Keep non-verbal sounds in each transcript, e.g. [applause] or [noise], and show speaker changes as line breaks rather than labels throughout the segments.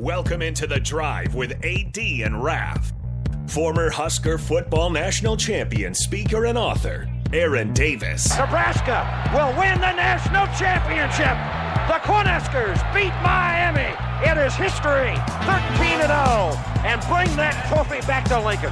Welcome into the drive with AD and Raf. Former Husker football national champion, speaker, and author, Aaron Davis.
Nebraska will win the national championship. The Cornhuskers beat Miami. It is history, 13 and 0, and bring that trophy back to Lincoln.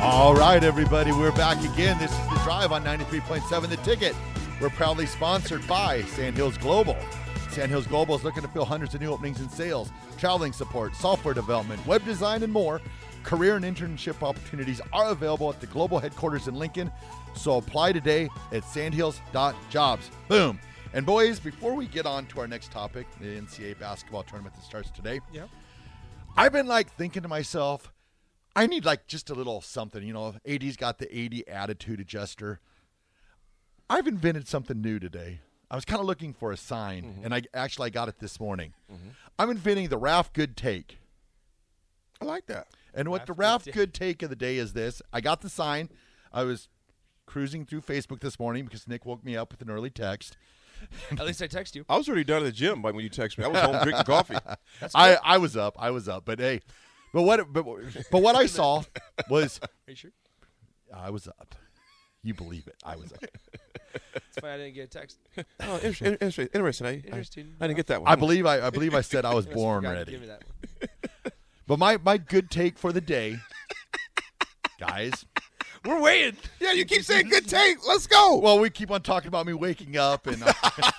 All right, everybody, we're back again. This is the drive on 93.7 The Ticket. We're proudly sponsored by Sandhills Global. Sandhills Global is looking to fill hundreds of new openings in sales, traveling support, software development, web design, and more. Career and internship opportunities are available at the global headquarters in Lincoln, so apply today at sandhills.jobs. Boom. And boys, before we get on to our next topic, the NCAA basketball tournament that starts today, I've been like thinking to myself, I need like just a little something. You know, AD's got the AD attitude adjuster. I've invented something new today. I was kind of looking for a sign,
Mm-hmm.
and I actually I got it this morning. I'm inventing the Ralph Good Take.
I like that.
And what the Ralph Good Take of the day is this I got the sign. I was cruising through Facebook this morning because Nick woke me up with an early text.
At least I text you.
I was already done at the gym by when you texted me. I was home drinking [laughs] coffee.
I, I was up. I was up. But hey, but what but, but what I
[laughs]
saw was
Are you sure?
I was up. You believe it. I was up.
That's why I didn't get a text.
Oh, interesting. interesting. interesting. I, I-
Interesting.
I, didn't get that one.
I believe I, I believe I said
[laughs]
I was born
Forgot to
ready.
Give me that one.
But my, my good take for the
[laughs]
day, guys.
We're waiting.
Yeah, you keep saying good take. Let's go.
Well, we keep on talking about me waking up, and uh,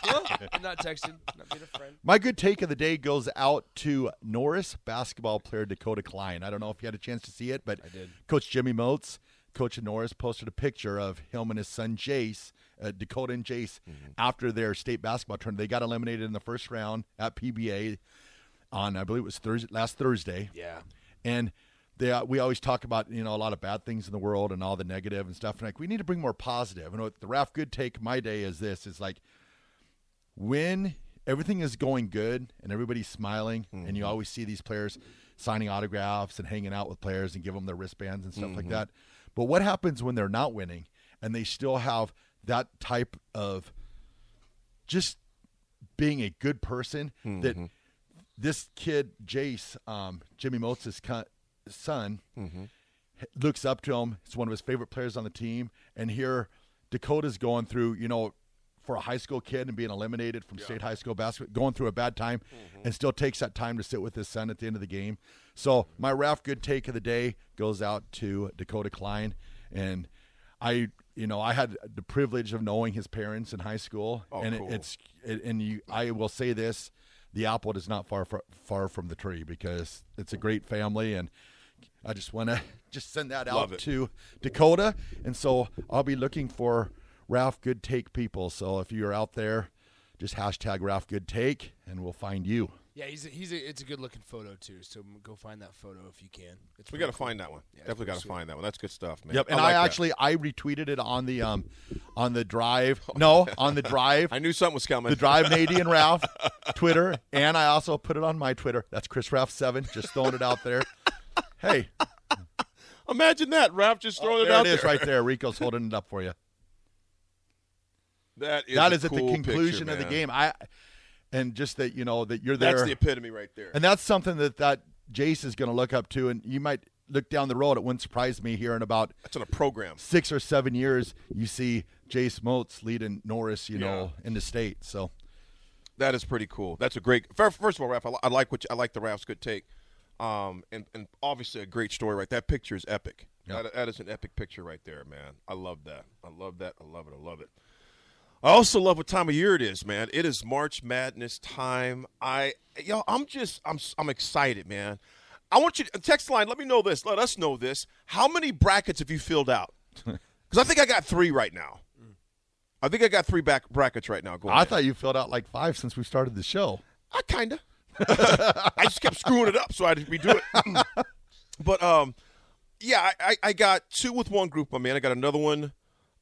Well, I'm not texting. I'm not being a friend.
my good take of the day goes out to Norris basketball player Dakota Klein. I don't know if you had a chance to see it, but Coach Jimmy Moats, Coach of Norris, posted a picture of him and his son Jace, uh, Dakota and Jace, after their state basketball tournament. They got eliminated in the first round at PBA on I believe it was Thursday last Thursday. Yeah. And they uh, we always talk about you know a lot of bad things in the world and all the negative and stuff. And like we need to bring more positive. And what the Raf Good take my day is this is like when everything is going good and everybody's smiling and you always see these players signing autographs and hanging out with players and give them their wristbands and stuff like that. But what happens when they're not winning and they still have that type of just being a good person that this kid Jace, um, Jimmy Motes' co- son, h- looks up to him. It's one of his favorite players on the team, and here Dakota's going through, you know, for a high school kid and being eliminated from state high school basketball, going through a bad time, and still takes that time to sit with his son at the end of the game. So my Ralph Good take of the day goes out to Dakota Klein, and I. You know, I had the privilege of knowing his parents in high school, and it-
Oh, cool.
it's it, and you, I will say this: the apple is not far fr- far from the tree because it's a great family, and I just want to [laughs] just send that out
Love it.
to Dakota. And so I'll be looking for Ralph Good Take people. So if you're out there, just hashtag Ralph Good Take, and we'll find you.
Yeah, he's a, he's a, it's a good looking photo too. So go find that photo if you can. It's
we got to find that one. Definitely got to find that one. That's good stuff, man.
Yep, and I,
like that.
actually I retweeted it on the um on the
[laughs]
drive. No, on the drive.
I knew something was coming.
the drive Nady and Ralph Twitter, and I also put it on my Twitter. That's Chris Ralph Seven. Just throwing it out there. Hey,
Imagine that, Ralph. Just throwing
Oh, there
it out
it is
there.
right there. Rico's holding it up for you.
That is.
that
a
is at
cool
the conclusion
picture,
of the
man.
game. I and just that you know that you're there,
That's the epitome right there.
and that's something that that Jace is going to look up to, and you might look down the road. It wouldn't surprise me here in about
That's on a program.
six or seven years. You see Jace Moats leading Norris, you know, in the state. So
That is pretty cool. That's a great. fir- First of all, Ralph, I, li- I like what you, I like the Ralph's good take, um, and and obviously a great story. Right, that picture is epic. That, that is an epic picture right there, man. I love that. I love that. I love it. I love it. I also love what time of year it is, man. It is March Madness time. I y'all, I'm just I'm I'm excited, man. I want you to text line. Let me know this. Let us know this. How many brackets have you filled out? Because I think I got three right now. I think I got three back brackets right now. Going
I
in.
thought you filled out like five since we started the show.
I kinda. I just kept screwing it up, so I had to redo it. but um, yeah, I, I, I got two with one group, my man. I got another one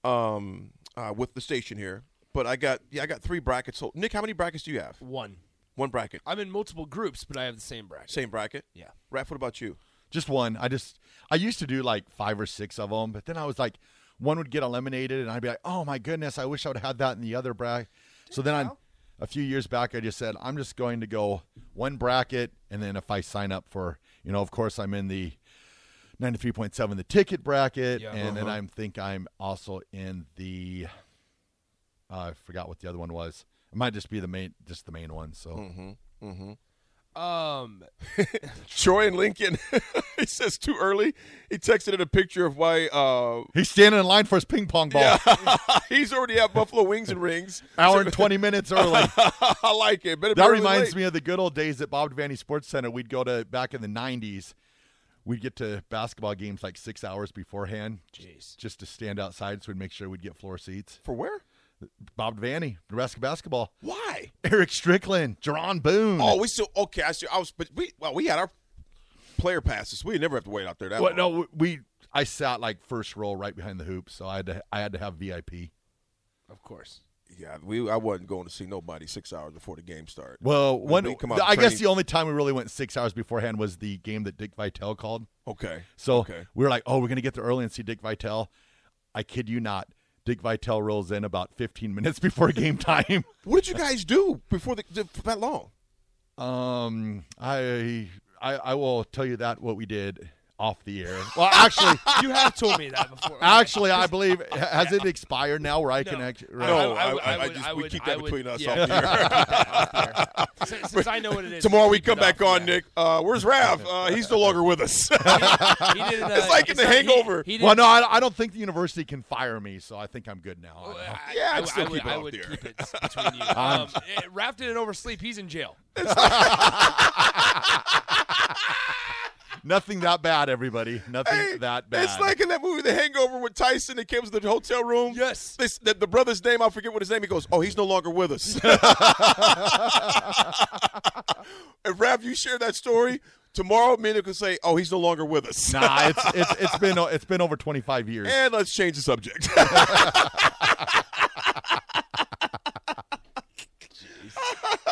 um uh, with the station here. But I got yeah, I got three brackets. So, Nick, how many brackets do you have?
One.
One bracket.
I'm in multiple groups, but I have the same bracket.
Same bracket.
Yeah.
Raph, what about you?
Just one. I just I used to do like five or six of them, but then I was like, one would get eliminated, and I'd be like, oh my goodness, I wish I would have had that in the other bracket. So then I, a few years back, I just said I'm just going to go one bracket, and then if I sign up for, you know, of course I'm in the. 93.7 the ticket bracket
Yeah.
and then i think i'm also in the uh, i forgot what the other one was it might just be the main just the main one so
Um,
Troy and Lincoln. [laughs] he says too early. He texted in a picture of why uh,
he's standing in line for his ping pong ball
he's already at Buffalo Wings and Rings.
hour and 20 minutes early
[laughs] I like it. But it
That reminds me of the good old days at Bob Devaney Sports Center. We'd go to back in the '90s. We'd get to basketball games like six hours beforehand,
Jeez.
just to stand outside, so we'd make sure we'd get floor seats.
for where?
Bob Devaney, Nebraska basketball. [laughs]
Why?
Eric Strickland, Jerron Boone.
Oh, we still okay. I, see, I was, but we well, we had our player passes. We never have to wait out there that
Well,
long.
no, we- we. I sat like first row, right behind the hoop, so I had to. I had to have VIP.
of course.
Yeah, we. I wasn't going to see nobody six hours before the game started.
Well,
When
one.
we come out
I guess
training-
the only time we really went six hours beforehand was the game that Dick Vitale called.
Okay.
So
okay.
we were like, oh, we're going to get there early and see Dick Vitale. I kid you not. Dick Vitale rolls in about 15 minutes [laughs] before game time.
What did you guys do before the, the for that long?
um, I, I I will tell you that what we did off the air. Well, actually,
You have told me that before.
[laughs]
actually, I believe has it expired now where I can actually.
I-
No,
I-
I-
I
I
would-
just-
I
we
would-
keep
I
that
would-
between us
yeah.
off the air.
[laughs] off the air. Since, since I know what it is.
Tomorrow we
keep
come
it
back
off
on,
the air.
Nick. Uh, where's Rav? Uh, he's no longer with
[laughs]
us.
He didn't, uh,
It's like in The
not- he-
Hangover.
he didn't-
Well, no, I, I don't think the university can fire me, so I think I'm good now. I
[laughs]
know.
I-
Yeah, I'd
I,
still
I would,
keep it
I
off
would
the air.
keep it
[laughs]
between you. Um, eh, Raph didn't oversleep. He's in jail.
Nothing that bad, everybody. Nothing
Hey,
that bad.
[laughs] It's like in that movie, The Hangover, with Tyson. He comes to the hotel room.
Yes.
They s- the, the brother's name, I forget what his name. He goes, "Oh, he's no longer with us." [laughs] if Rav, you share that story tomorrow, me and Nick will say, "Oh, he's no longer with us."
nah, it's, it's it's been o- it's been over 25 years.
[laughs] And let's change the subject. [laughs]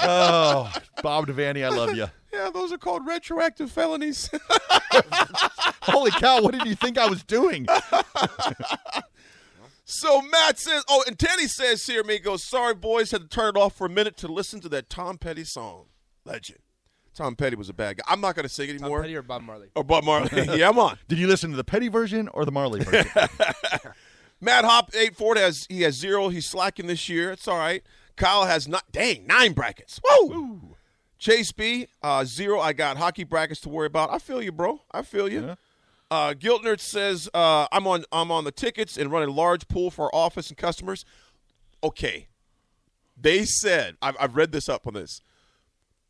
Oh, Bob Devaney, I love you.
yeah, those are called retroactive felonies. [laughs]
Holy cow, what did you think I was doing?
so Matt says, "Oh, and Teddy says here, me goes, sorry, boys, had to turn it off for a minute to listen to that Tom Petty song, Legend." Tom Petty was a bad guy. I'm not going to sing anymore.
Petty or Bob Marley.
or Bob Marley. [laughs] yeah, I'm on.
Did you listen to the Petty version or the Marley
[laughs]
version?
Matt Hop eight Ford has he has zero. He's slacking this year. It's all right. Kyle has not dang nine brackets. Woo! Chase B uh, zero. I got hockey brackets to worry about. I feel you, bro. I feel you. Uh, Giltner says uh, I'm on I'm on the tickets and run a large pool for our office and customers. Okay, they said I've, I've read this up on this.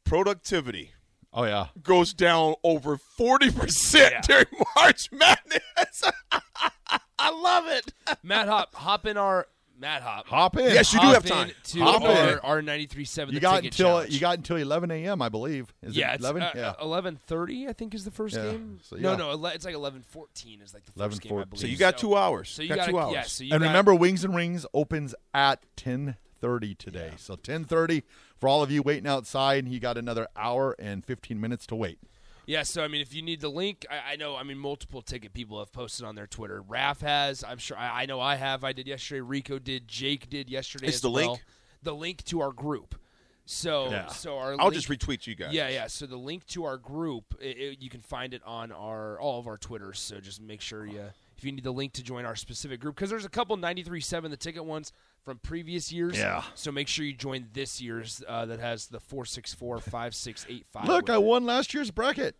Productivity
oh yeah.
goes down over forty percent during [laughs] March Madness. [laughs] I love it.
Matt Hop, hop in our Matt Hop.
Hop [laughs] in.
Yes, you do
Hop
have time.
in To
Hop in.
our, our 93.7
You
The
got
Ticket
until
Challenge.
you got until 11 a.m. I believe. Is
yeah,
it
it's,
11?
uh,
yeah.
eleven thirty. I think is the first
Yeah.
game.
So,
No,
yeah.
no, ele- it's like eleven fourteen is like the first game. I
11:14.
believe.
So
you got two hours.
So you
Got
gotta-
two hours.
Yeah, so you
and
got-
remember, Wings and Rings opens at 10:30 today. So 10:30 for all of you waiting outside. You got another hour and 15 minutes to wait.
Yeah, so I mean, if you need the link, I, I know. I mean, multiple ticket people have posted on their Twitter. Raph has. I'm sure. I, I know. I have. I did yesterday. Rico did. Jake did yesterday.
It's
as
the link?
well. The link to our group. So,
Yeah.
so our.
I'll
link-
just retweet you guys.
Yeah, yeah. So the link to our group, i i you can find it on our all of our Twitters. So just make sure you, if you need the link to join our specific group, because there's a couple 93.7 the ticket ones from previous years.
Yeah.
So make sure you join this year's uh, that has the four six four five six eight five.
Look, I won last year's
[laughs]
bracket.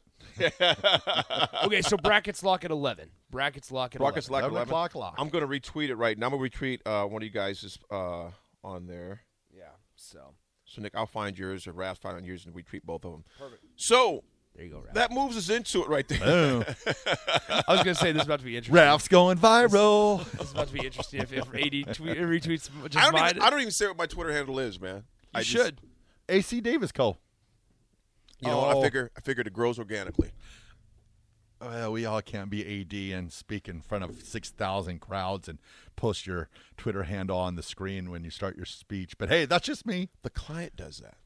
okay. So brackets lock at eleven. Brackets lock at
Rockets
11.
lock
11
11.
o'clock lock.
I'm going to retweet it right now. I'm going to retweet uh, one of you guys is, uh, on there.
Yeah. So
So, Nick, I'll find yours, or Raf find yours, and retweet both of them. Perfect. So,
there you
[laughs]
go. Raph.
that moves us into it right there.
Boom.
I was gonna say this is about to be interesting.
Oh, Ralph's going viral.
This [laughs] is about to be interesting if, if eighty tweet, retweets just
I, don't [laughs]
mine.
even, I don't even say what my Twitter handle is, man. I
you
just-
should.
AC Davis Co.
You know,
Oh.
I figure I figured it grows organically.
Well, we all can't be AD and speak in front of 6,000 crowds and post your Twitter handle on the screen when you start your speech. But hey, that's just me.
The client does that.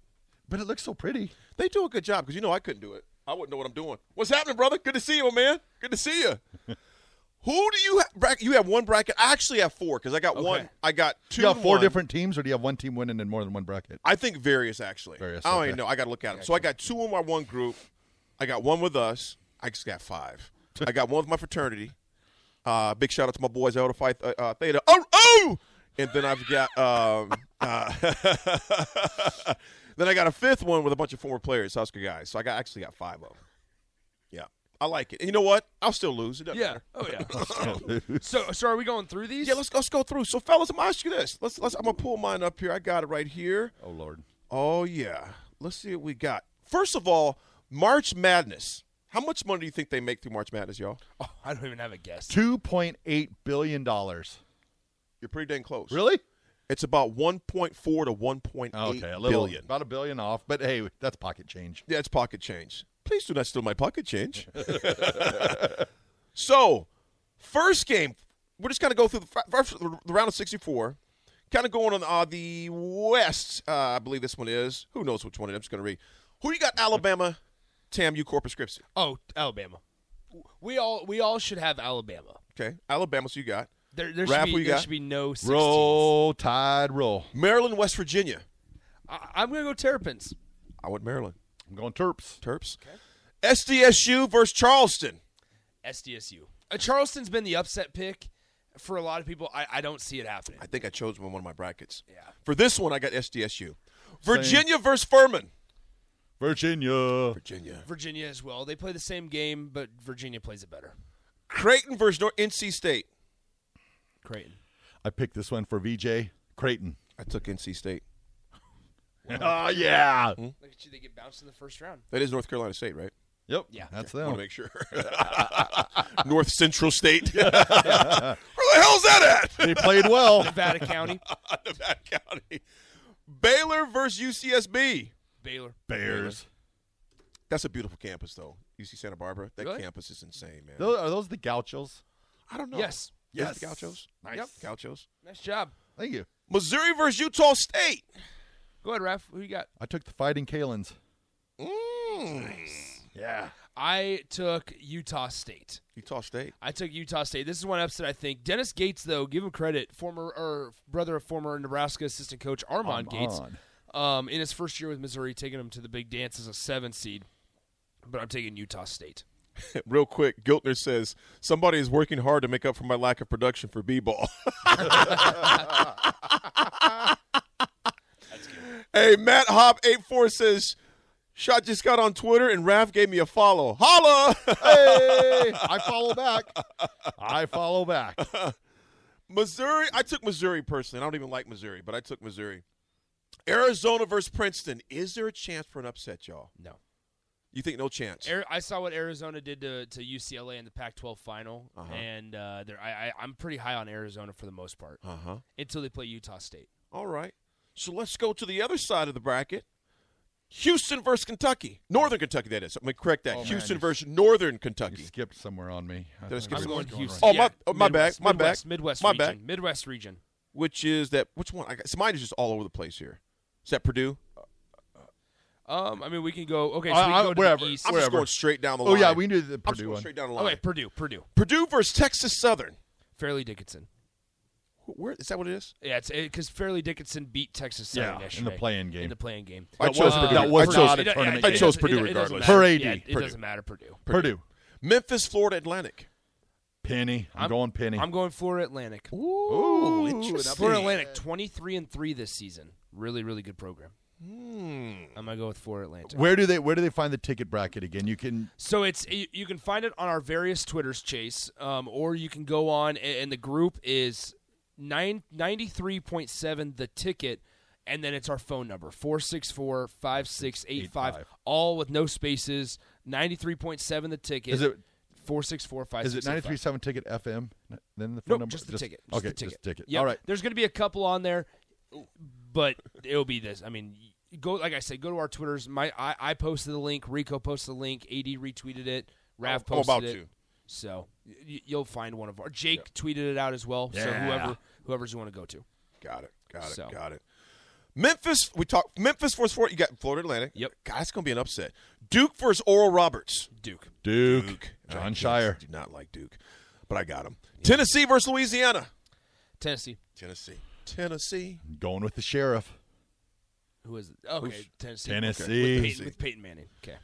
But it looks so pretty.
They do a good job because you know I couldn't do it. I wouldn't know what I'm doing. What's happening, brother? Good to see you, my man. Good to see you. Who do you have? You have one bracket. I actually have four because I got one. I got two.
Do you have
and
four
one.
different teams, or do you have one team winning in more than one bracket?
I think various actually.
Various,
I don't
okay.
even know. I got to look at them. So I got two in my one group. I got one with us. I just got five. I got one with my fraternity. Uh, big shout out to my boys Elder Phi uh, uh, Theta. Oh, oh! And then I've got um, uh, [laughs] then I got a fifth one with a bunch of former players, Husker guys. So I got actually got five of them. Yeah, I like it. And you know what? I'll still lose. It doesn't
Yeah.
matter.
Oh yeah.
[laughs]
so so are we going through these?
Yeah, let's let's go through. So, fellas, I'm gonna ask you this. Let's let's. I'm gonna pull mine up here. I got it right here.
Oh, Lord.
Oh yeah. Let's see what we got. First of all, March Madness. How much money do you think they make through March Madness, y'all?
Oh, I don't even have a guess.
$2.8 billion. Really?
You're pretty dang close. It's about 1.4 to 1.8
Oh, Okay, a little.
billion.
About a billion off. But hey, that's pocket change.
Yeah, it's pocket change. Please do not steal my pocket
[laughs]
change. [laughs] so, first game, we're just going to go through the, fi- first, the round of 64. Kind of going on uh, the West, uh, I believe this one is. Who knows which one it is? I'm just going to read. Who you got, Alabama, Tam, you Corpus Christi?
Oh, Alabama. We all we all should have Alabama.
Okay, Alabama, so you got.
There, there,
Raph,
should,
who
be,
you
there
got?
should be no 16s.
Roll, tide, roll.
Maryland, West Virginia.
I, I'm gonna go Terrapins.
I went Maryland.
I'm going Terps.
Terps. SDSU versus Charleston.
SDSU. Uh, Charleston's been the upset pick for a lot of people. I, I don't see it happening.
I think I chose one of my brackets.
Yeah.
For this one, I got SDSU. Virginia versus Furman.
Virginia.
Virginia.
Virginia as well. They play the same game, but Virginia plays it better.
Creighton versus North NC State.
Creighton.
I picked this one for VJ Creighton.
I took NC State.
Oh, yeah.
Look at you. They get bounced in the first round.
That is North Carolina State,
[laughs]
right?
Yep.
Yeah.
That's
I
them.
want to make sure. [laughs] North Central
[laughs]
State. Where the hell's that at?
they played well.
Nevada County.
[laughs] Nevada County. Baylor versus UCSB.
[laughs] Baylor.
Bears.
That's a beautiful campus, though. UC Santa Barbara. That
Really?
campus is insane, man.
Those, are those the Gauchos?
I don't know.
Yes.
Those
Yes.
The Gauchos.
Nice.
Yep.
Gauchos.
Nice job.
Thank you.
Missouri versus Utah State.
Go ahead, Raph. Who you got?
I took the Fighting Kalins.
Mm.
Yeah.
I took Utah State.
Utah State.
I took Utah State. This is one upset, I think. Dennis Gates, though, give him credit. Former or brother of former Nebraska assistant coach Armand, Gates,
Armand.
um, in his first year with Missouri, taking him to the big dance as a seven seed. But I'm taking Utah State.
Real quick, Giltner says somebody is working hard to make up for my lack of production for b-ball. [laughs] hey, Matt Hop 84 says. Shot just got on Twitter and Raph gave me a follow. Holla! [laughs]
Hey, I follow [laughs] back. I follow back.
Missouri. I took Missouri personally. I don't even like Missouri, but I took Missouri. Arizona versus Princeton. Is there a chance for an upset, y'all?
No.
You think no chance?
Ari- I saw what Arizona did to, to UCLA in the Pac-12 final,
Uh-huh.
and uh, they're- I, I, I'm pretty high on Arizona for the most part
uh huh.
until they play Utah State.
All right. So let's go to the other side of the bracket. Houston versus Kentucky. Northern Kentucky, that is. I'm going to correct that.
Oh, man,
Houston
you-
versus Northern Kentucky.
You skipped somewhere on me. I
Did I
thought
skip
it
I'm
was
somewhere?
going
what's
Houston.
Oh,
Yeah,
my- oh, my
Midwest-
bad, my bad,
Midwest, Midwest
my
region.
bad.
Midwest region.
Which is that? Which one? I got, so mine is just all over the place here. Is that Purdue?
Um, I mean, we can go. Okay, so
I-
we
I-
can go to
wherever.
the east.
I'm
Wherever.
just going straight down the
Oh,
line.
yeah, we knew the
I'm just
Purdue
going
one.
straight down the line.
Okay, Purdue, Purdue,
Purdue versus Texas Southern.
Fairleigh Dickinson.
Wh- Where is that? What it is?
Yeah, it's because Fairleigh Dickinson beat Texas Southern
Yeah, in the
yesterday
play-in game.
In the playing game. Uh,
I
That
chose
was,
Purdue.
that was
I chose-
not
it-
a
it-
tournament
I
game.
chose
doesn't-
Purdue
it- it doesn't
regardless.
matter.
Per AD,
Yeah, it
Purdue.
doesn't matter. Purdue.
Purdue.
Memphis, Florida Atlantic.
Penny. I'm, going Penny.
I'm going Florida Atlantic.
Ooh,
Florida Atlantic, 23 and 3 this season. Really, really good program. I'm going to go with Florida Atlantic.
where do they where do they find the ticket bracket again? You can
So it's you you can find it on our various Twitters, Chase, um, or you can go on, a- and the group is nine ninety three point seven. the ticket, and then it's our phone number, 464 5685, all with no spaces, 93.7 the ticket.
Is it-
464
is it 937 ticket FM? Then the phone
Nope,
number
just the ticket. Just
okay,
the ticket.
just ticket.
Yep.
All right.
There's going to be a couple on there, but it'll be this. I mean, go like I said, go to our Twitters. My I, I posted the link. Rico posted the link. Ad retweeted it. Rav
I'm
posted
about
it.
to.
So y- you'll find one of our. Jake tweeted it out as well. So
Yeah.
whoever whoever's you want to go to.
Got it. Got it.
So.
Got it. Memphis, we talked Memphis versus Fort. You got Florida Atlantic.
Yep.
God, it's gonna be an upset. Duke versus Oral Roberts.
Duke.
Duke,
I
John
can't-
Shire.
Do not like Duke, but I got him. Tennessee versus Louisiana.
Tennessee.
Tennessee. Tennessee.
Going with the sheriff.
Who is it? Okay, Tennessee.
Tennessee.
With Peyton, with Peyton Manning. Okay.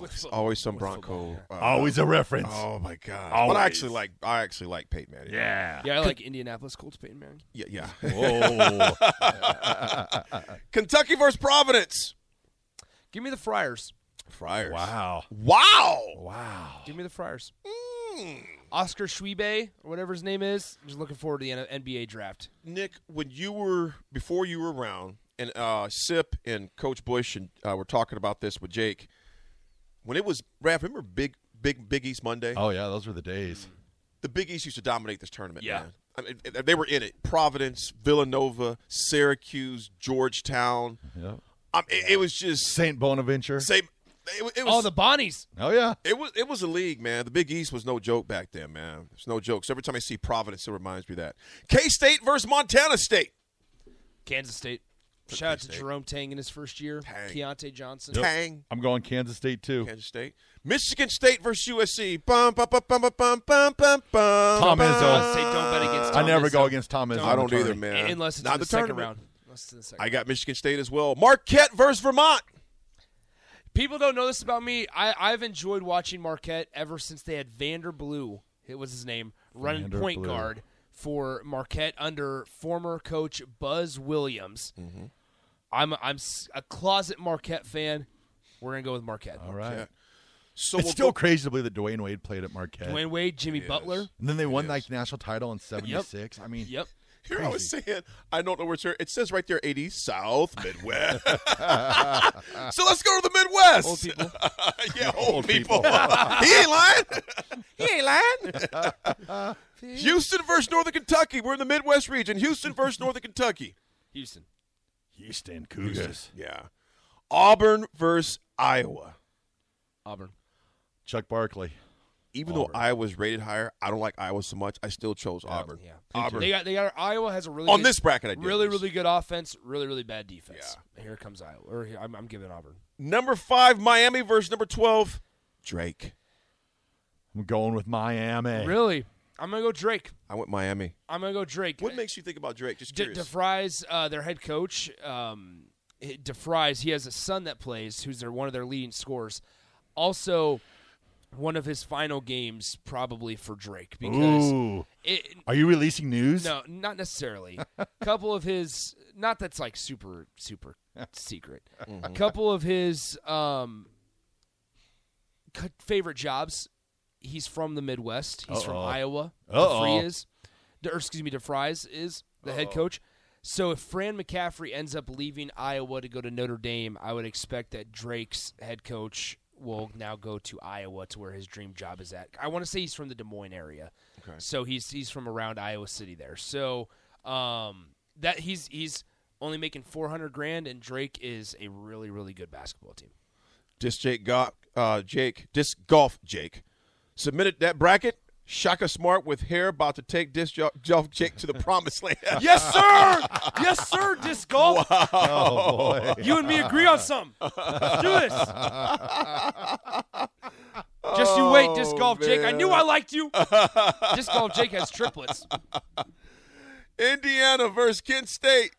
With fo-
Always some Bronco. uh,
Always a reference.
oh my God. But I
Always.
actually like I actually like Peyton Manning.
Yeah.
yeah, I like Indianapolis Colts Peyton Manning.
Yeah. Yeah.
Whoa.
[laughs] Kentucky versus Providence.
Give me the Friars.
Friars.
wow.
Wow. Hmm.
Wow.
Give me the Friars. Oscar Schwebe, or whatever his name is. I'm just looking forward to the N- NBA draft.
Nick, when you were before you were around, and uh, Sip and Coach Bush and uh, were talking about this with Jake, when it was Raph, remember Big Big Big East Monday?
[laughs] Oh yeah, those were the days.
The Big East used to dominate this tournament.
Yeah.
man. I mean, it- they were in it. Providence, Villanova, Syracuse, Georgetown.
Yep.
Um, it, it was just
Saint Bonaventure.
same. It, wa- it was
Oh, the Bonnies.
oh yeah.
It was it was a league, man. The Big East was no joke back then, man. It's no joke. So every time I see Providence, it reminds me of that K State versus Montana State.
Kansas State. Shout out to
State.
Jerome Tang in his first year.
Tang.
Keontae Johnson.
Tang,
I'm going Kansas State too.
Kansas State, Michigan State versus USC. Bum bum bum bum bum bum bum bum. Tom
Izzo.
Say don't bet against
I
Tom
never go
Izzo.
against Tom Izzo.
I don't
in the
either,
tournament.
man.
Unless it's
Not
in the,
the
second
tournament.
round. Unless it's in the second
I got Michigan State as well. Marquette versus Vermont.
People don't know this about me. I, I've enjoyed watching Marquette ever since they had Vander Blue, it was his name, running
Vander
point
Blue.
guard for Marquette under former coach Buzz Williams.
Mm-hmm.
I'm, I'm s- a closet Marquette fan. We're going to go with Marquette.
All right.
So
it's
we'll
still
go-
crazy to believe that Dwayne Wade played at Marquette.
Dwayne Wade, Jimmy Butler.
and then they won like the national title in '76. I mean,
Yep.
Here I was saying, I don't know where it's here. It says right there, 80 South [laughs] Midwest. so let's go to the Midwest. Old people. [laughs] yeah, old, people. [laughs] he ain't
[laughs]
lying. he ain't lying. [laughs] Houston versus Northern Kentucky. We're in the Midwest region. Houston versus Northern Kentucky.
Houston.
Houston Cougars.
Yeah. Auburn versus Iowa.
Auburn.
Chuck Barkley.
Even though Iowa's rated higher, I don't like Iowa so much. I still chose Auburn. Uh,
Yeah.
Auburn.
They got they got Iowa has a really
On
good-
this bracket, I did
really
lose.
really good offense, really really bad defense. Here comes Iowa. Or here, I'm, I'm giving Auburn.
Number five, Miami versus number 12, Drake.
I'm going with Miami.
Really, I'm gonna go Drake.
I went Miami.
I'm gonna go Drake.
What makes you think about Drake? Just
De-
curious.
DeFries, uh, their head coach, um, DeFries, he has a son that plays, who's their one of their leading scorers. Also, one of his final games probably for Drake because
Ooh.
it,
Are you releasing news?
No, not necessarily. couple of his not that's like super super secret. A couple of his um c- favorite jobs. He's from the Midwest. He's from
Uh-oh.
Iowa.
Uh-oh.
DeFree is, De- or excuse me, DeFries is the head coach. So if Fran McCaffrey ends up leaving Iowa to go to Notre Dame, I would expect that Drake's head coach will now go to Iowa to where his dream job is at. I want to say he's from the Des Moines area. Okay. So he's he's from around Iowa City there. So um that he's he's only making 400 grand and Drake is a really really good basketball team.
Disc Jake Go- uh, Jake, Disc Golf Jake, submitted that bracket. Shaka Smart with hair about to take Disc jo- Golf Jake to the promised land. [laughs]
Yes, sir. yes, sir. Disc golf. You and me agree on something. Let's do this. Just you wait, disc
Oh,
golf, Jake. I knew I
[laughs]
liked you. disc golf, Jake has triplets.
Indiana versus Kent State.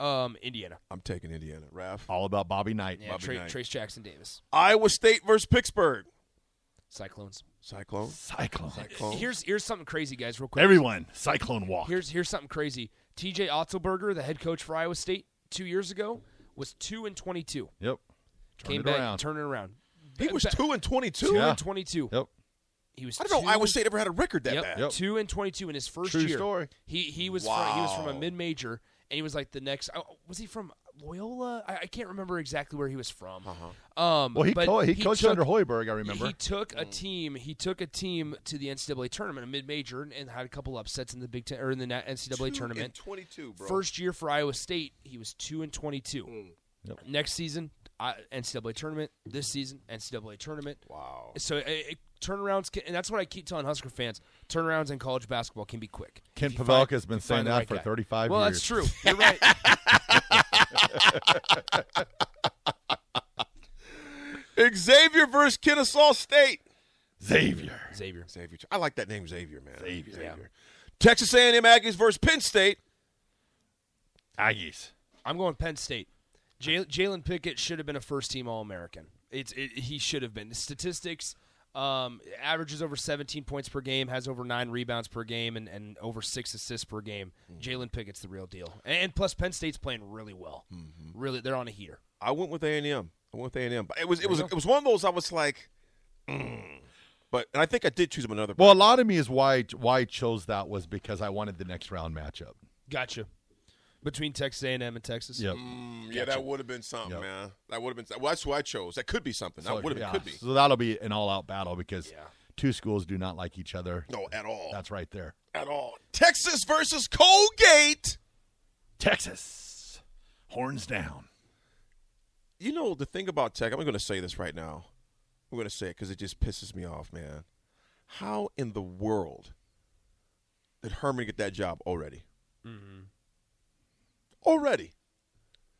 Um, Indiana.
I'm taking Indiana. Raf.
All about Bobby Knight.
Yeah, Tra-
Knight.
Trace Jackson Davis.
Iowa State versus Pittsburgh.
Cyclones.
Cyclone.
Cyclone.
Oh.
Here's here's something crazy, guys. Real quick.
Everyone. Cyclone walk.
Here's here's something crazy. T.J. Otzelberger, the head coach for Iowa State two years ago, was two and twenty-two.
yep. Turn
Came
it
back,
around.
turned it around.
He was
Ba-
two and twenty-two.
two
Yeah.
and twenty-two.
Yep.
He was.
I don't
two
know. Iowa State ever had a record that
yep,
bad.
Yep.
two and twenty-two in his first
True
year.
story.
He he was from, he was from a
Wow.
mid major, and he was like the next. oh, Was he from Loyola. I, I can't remember exactly where he was from. Um,
Uh-huh. Well, he
but
co- he coached
took-
under Hoiberg, I remember. Mm.
He took a team. He took a team to the NCAA tournament, a mid-major, and- and had a couple upsets in the Big Ten or in the na- NCAA tournament.
Twenty-two, bro.
First year for Iowa State, he was two and twenty-two. Next season, I, NCAA tournament. This season, NCAA tournament. Wow. So it, it, turnarounds, can, and that's what I keep telling Husker fans: turnarounds in college basketball can be quick.
Ken
If you find-
Pavelka's been
if you
saying
find the
that
right
for
guy.
35
well,
years.
that's true.
[laughs]
You're right.
Xavier versus Kennesaw State.
Xavier.
Xavier.
Xavier, I like that name, Xavier, man. Xavier.
Yeah.
Texas A&M Aggies versus Penn State.
Aggies.
I'm going Penn State. Jal- Jalen Pickett should have been a first team All American. It's it, he should have been. Statistics um, averages over 17 points per game, has over nine rebounds per game, and, and over six assists per game.
Hmm.
Jalen Pickett's the real deal. And, and plus, Penn State's playing really well.
Mm-hmm.
Really, they're on a heater.
I went with A and M. I went with A and M. It was it was it was one of those I was like, mm. but and I think I did choose him another.
Well, a lot of me is why why I chose that was because I wanted the next round matchup.
Gotcha. Between Texas A&M and Texas.
Yep.
yeah, that would have been something,
Yep.
man. That would have been. Well, that's who I chose. That could be something.
So,
that would have
Oh, yeah,
been could be.
So that'll be an all out battle because
Yeah.
two schools do not like each other.
No, at all.
That's right there.
at all. Texas versus Colgate.
Texas. Horns down.
You know the thing about Tech. I'm going to say this right now. I'm going to say it because it just pisses me off, man. How in the world did Herman get that job already? Already.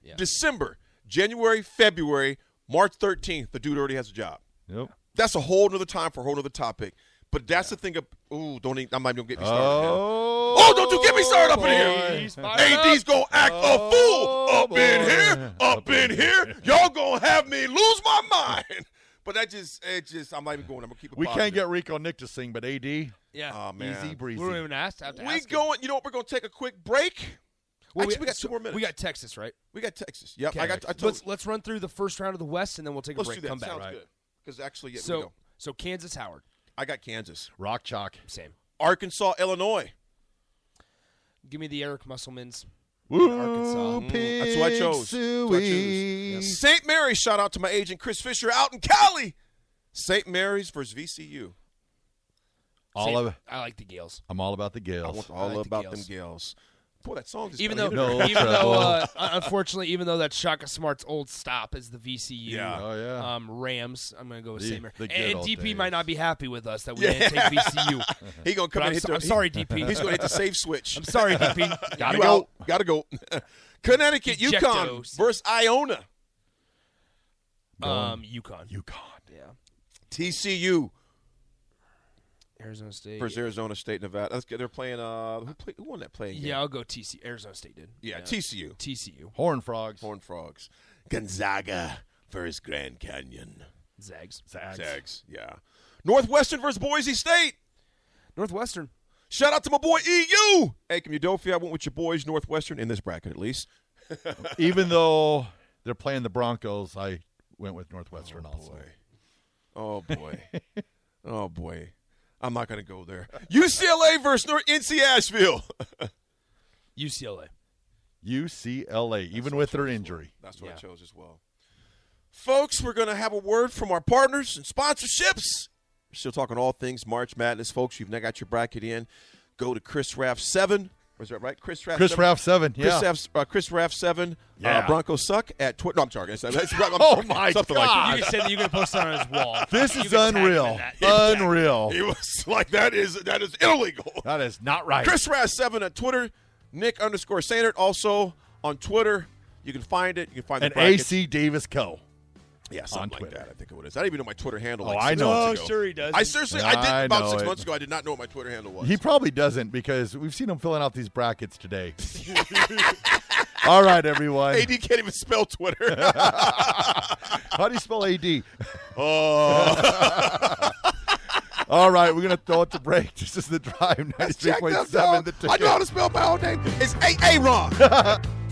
Yeah.
December, January, February, March 13th. The dude already has a job.
Yep.
That's a whole nother time for a whole nother topic. But that's the thing. Of, ooh, don't even, I might don't get me started. man.
Oh,
Oh, don't you get me started up in
boy.
here. AD's gonna act
Oh,
a fool up in
boy.
here, up in
[laughs]
here. Y'all gonna have me lose my mind. [laughs] But that just, it just, I'm not even going. I'm gonna keep it.
We can't
positive.
get Rico Nick to sing, but AD,
Yeah.
Aw, man.
easy
we
breezy.
don't even ask. I have to
We
ask him.
going. You know what? We're gonna take a quick break.
Well,
Actually, we got
so
two more minutes.
We got Texas, right?
we got Texas. Yep. I got. I told,
let's, let's run through the first round of the West, and then we'll take a
let's
break.
do that.
Come back.
Sounds good. Because actually, yeah, we
So,
go.
so Kansas Howard.
I got Kansas,
Rock chalk.
Same.
Arkansas, Illinois.
Give me the Eric Musselmans.
Woo,
Arkansas.
Mm,
Mm.
That's what I chose. That's what I chose. St. Mary's. Shout out to my agent Chris Fisher out in Cali. St. Mary's versus VCU.
All
Same.
of,
I like the Gales.
I'm all about the
I
Gales.
want all
like the
about
Gales.
them gals. Boy, that song is
Even though,
kinda
No
even though, uh,
trouble.
unfortunately, even though that's Shaka Smart's old stop is the VCU.
Yeah.
Oh, yeah.
Um, Rams. I'm gonna go with
The-
St. Mary.
the good
And
old
DP
days.
might not be happy with us that we didn't take VCU.
[laughs] he gonna come
But
and
I'm,
hit
so-
the,
I'm
he-
sorry, DP.
[laughs] he's gonna hit the safe switch.
[laughs] I'm sorry,
[laughs]
DP. Gotta
You
go.
out. Gotta go. [laughs] Connecticut,
Ejectos.
UConn versus Iona.
Um, UConn.
UConn.
Yeah.
TCU
Arizona State.
versus Arizona State, Nevada. That's good. They're playing. Uh, who played? Who won that playing game?
Yeah, I'll go TC. Arizona State did.
yeah. TCU.
TCU.
Horn frogs.
Horn Frogs. Gonzaga versus Grand Canyon.
Zags.
Zags. Yeah. Northwestern versus Boise State.
Northwestern.
Shout out to my boy EU. Hey, Udofia, I went with your boys Northwestern in this bracket at least. [laughs]
Even though they're playing the Broncos, I went with Northwestern also.
Oh boy. oh boy. I'm not going to go there. UCLA versus North NC Asheville. [laughs]
UCLA.
UCLA, even with their injury.
That's what I
Yeah.
chose as well. Folks, we're going to have a word from our partners and sponsorships. We're still talking all things March Madness, folks. You've now got your bracket in. Go to Chris Raff 7. Was that right? Chris Raff
Chris
7.
Ralph seven.
Chris
Yeah.
Raff, uh, Chris Raff 7.
Yeah.
Uh, Bronco Suck at Twitter. No, I'm sorry. That's-
[laughs]
that's- I'm-
Oh, my
something
God.
Like
You said that you're gonna post it on his wall.
This
You
is
can tag him in
unreal.
that.
Unreal.
that. It was [laughs] like that is that is illegal.
[laughs] That is not right.
Chris Raz seven at Twitter, Nick underscore Sainert also on Twitter. You can find it. You can find
and
the bracket.
AC Davis Co.
yeah, something
on
like
Twitter.
that. I think it is. I don't even know my Twitter handle.
Oh,
like
I
six
know it.
months
Oh,
ago.
sure he does.
I seriously, I did
I
about
know
six
it.
months ago. I did not know what my Twitter handle was.
He
[laughs]
probably doesn't because we've seen him filling out these brackets today. [laughs] All right, everyone.
AD can't even
[laughs]
spell Twitter.
How do you spell AD?
[laughs] oh,
[laughs] All right, we're going to throw it to break. [laughs] This is the drive
that's jacked up,
93.7.
dog.
The
I know how
ticket. [laughs]
to spell my own name. It's A A Ron.